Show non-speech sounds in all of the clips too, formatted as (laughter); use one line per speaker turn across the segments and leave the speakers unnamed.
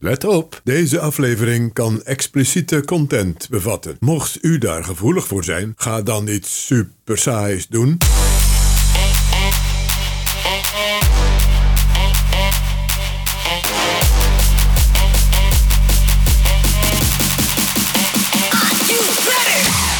Let op, deze aflevering kan expliciete content bevatten. Mocht u daar gevoelig voor zijn, ga dan iets super saais doen.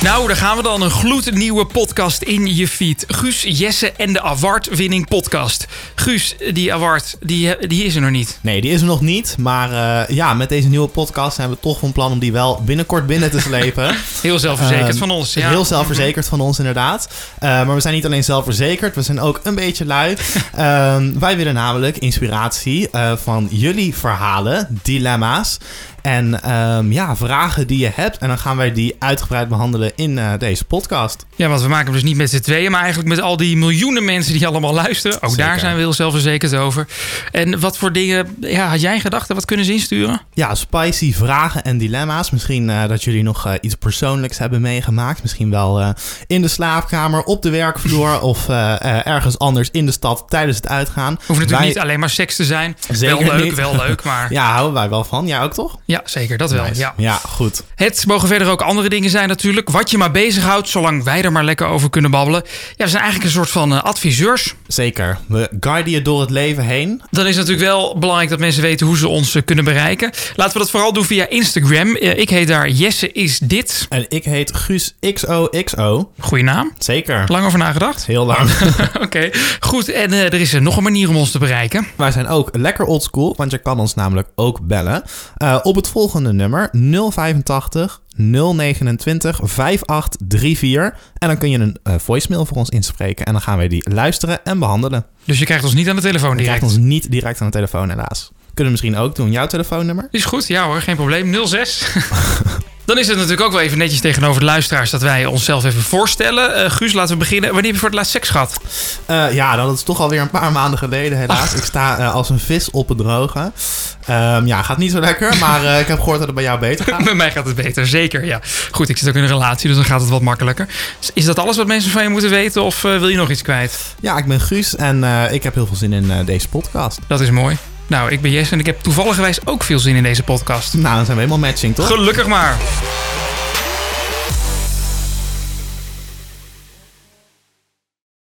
Nou, daar gaan we dan. Een gloednieuwe podcast in je feed. Guus, Jesse en de award-winning podcast. Guus, die award, die, die is er nog niet.
Nee, die is er nog niet. Maar eh, ja, met deze nieuwe podcast zijn we toch van plan om die wel binnenkort binnen te slepen.
Heel zelfverzekerd van ons.
Ehm,
Ja. Mhm.
Heel zelfverzekerd van ons, inderdaad. Eh, maar we zijn niet alleen zelfverzekerd, we zijn ook een beetje
(laughs)
lui. Ehm, wij willen namelijk inspiratie eh, van jullie verhalen, dilemma's. En ehm, ja, vragen die je hebt. En dan gaan wij die uitgebreid behandelen in eh, deze podcast.
ja, want we maken hem dus niet met z'n tweeën, maar eigenlijk met al die miljoenen mensen die allemaal luisteren. Ook daar
Zeker.
zijn we heel zelfverzekerd over. En wat voor dingen ja, had jij gedacht? Wat kunnen ze insturen?
Ja, spicy vragen en dilemma's. Misschien eh, dat jullie nog eh, iets persoonlijks hebben meegemaakt. Misschien wel eh, in de slaapkamer, op de
(laughs)
werkvloer of eh, eh, ergens anders in de stad tijdens het uitgaan.
Hoeft natuurlijk
Wij-
niet alleen maar seks te zijn.
Zeker
wel leuk,
niet.
wel leuk, maar ja,
(laughs) Ja, houden wij wel van. Jij ook toch?
zeker, dat wel.
Nice.
Ja.
ja, goed.
Het mogen verder ook andere dingen zijn natuurlijk. Wat je maar bezighoudt, zolang wij er maar lekker over kunnen babbelen. Ja, we zijn eigenlijk een soort van eh, adviseurs.
Zeker. We guiden je door het leven heen.
Dan is het natuurlijk wel belangrijk dat mensen weten hoe ze ons eh, kunnen bereiken. Laten we dat vooral doen via Instagram. Eh, Ik heet daar Jesse is dit.
En ik heet Guus XOXO.
Goeie naam.
Zeker.
Lang over nagedacht. (laughs)
Heel lang.
Oké, goed. En eh, er is eh, nog een manier om ons te bereiken.
Wij zijn ook lekker oldschool, want je kan ons namelijk ook bellen. eh, op het volgende nummer 085 029 5834. En dan kun je een eh, voicemail voor ons inspreken. En dan gaan wij die luisteren en behandelen.
Dus je krijgt ons niet aan de telefoon
Je
direct.
krijgt ons niet direct aan de telefoon, helaas. Kunnen we misschien ook doen. Jouw telefoonnummer?
Is goed, ja hoor, geen probleem. 06. (laughs) Dan is het natuurlijk ook wel even netjes tegenover de luisteraars dat wij onszelf even voorstellen. Eh, Guus, laten we beginnen. Wanneer heb je voor het laatst seks gehad?
Eh, ja, dat is toch alweer een paar maanden geleden, helaas. Ik sta eh, als een vis op het droge. Ehm, ja, gaat niet zo lekker, maar eh, ik heb gehoord dat het bij jou
(laughs)
beter gaat.
Bij mij gaat het beter, zeker. Ja. Goed, ik zit ook in een relatie, dus dan gaat het wat makkelijker. Is- Is dat alles wat mensen van je moeten weten of eh, wil je nog iets kwijt?
Ja, ik ben Guus en eh, ik heb heel veel zin in eh, deze podcast.
Dat is mooi. Nou, ik ben Jess en ik heb toevallig ook veel zin in deze podcast.
Nou, dan zijn we helemaal matching, toch?
Gelukkig maar.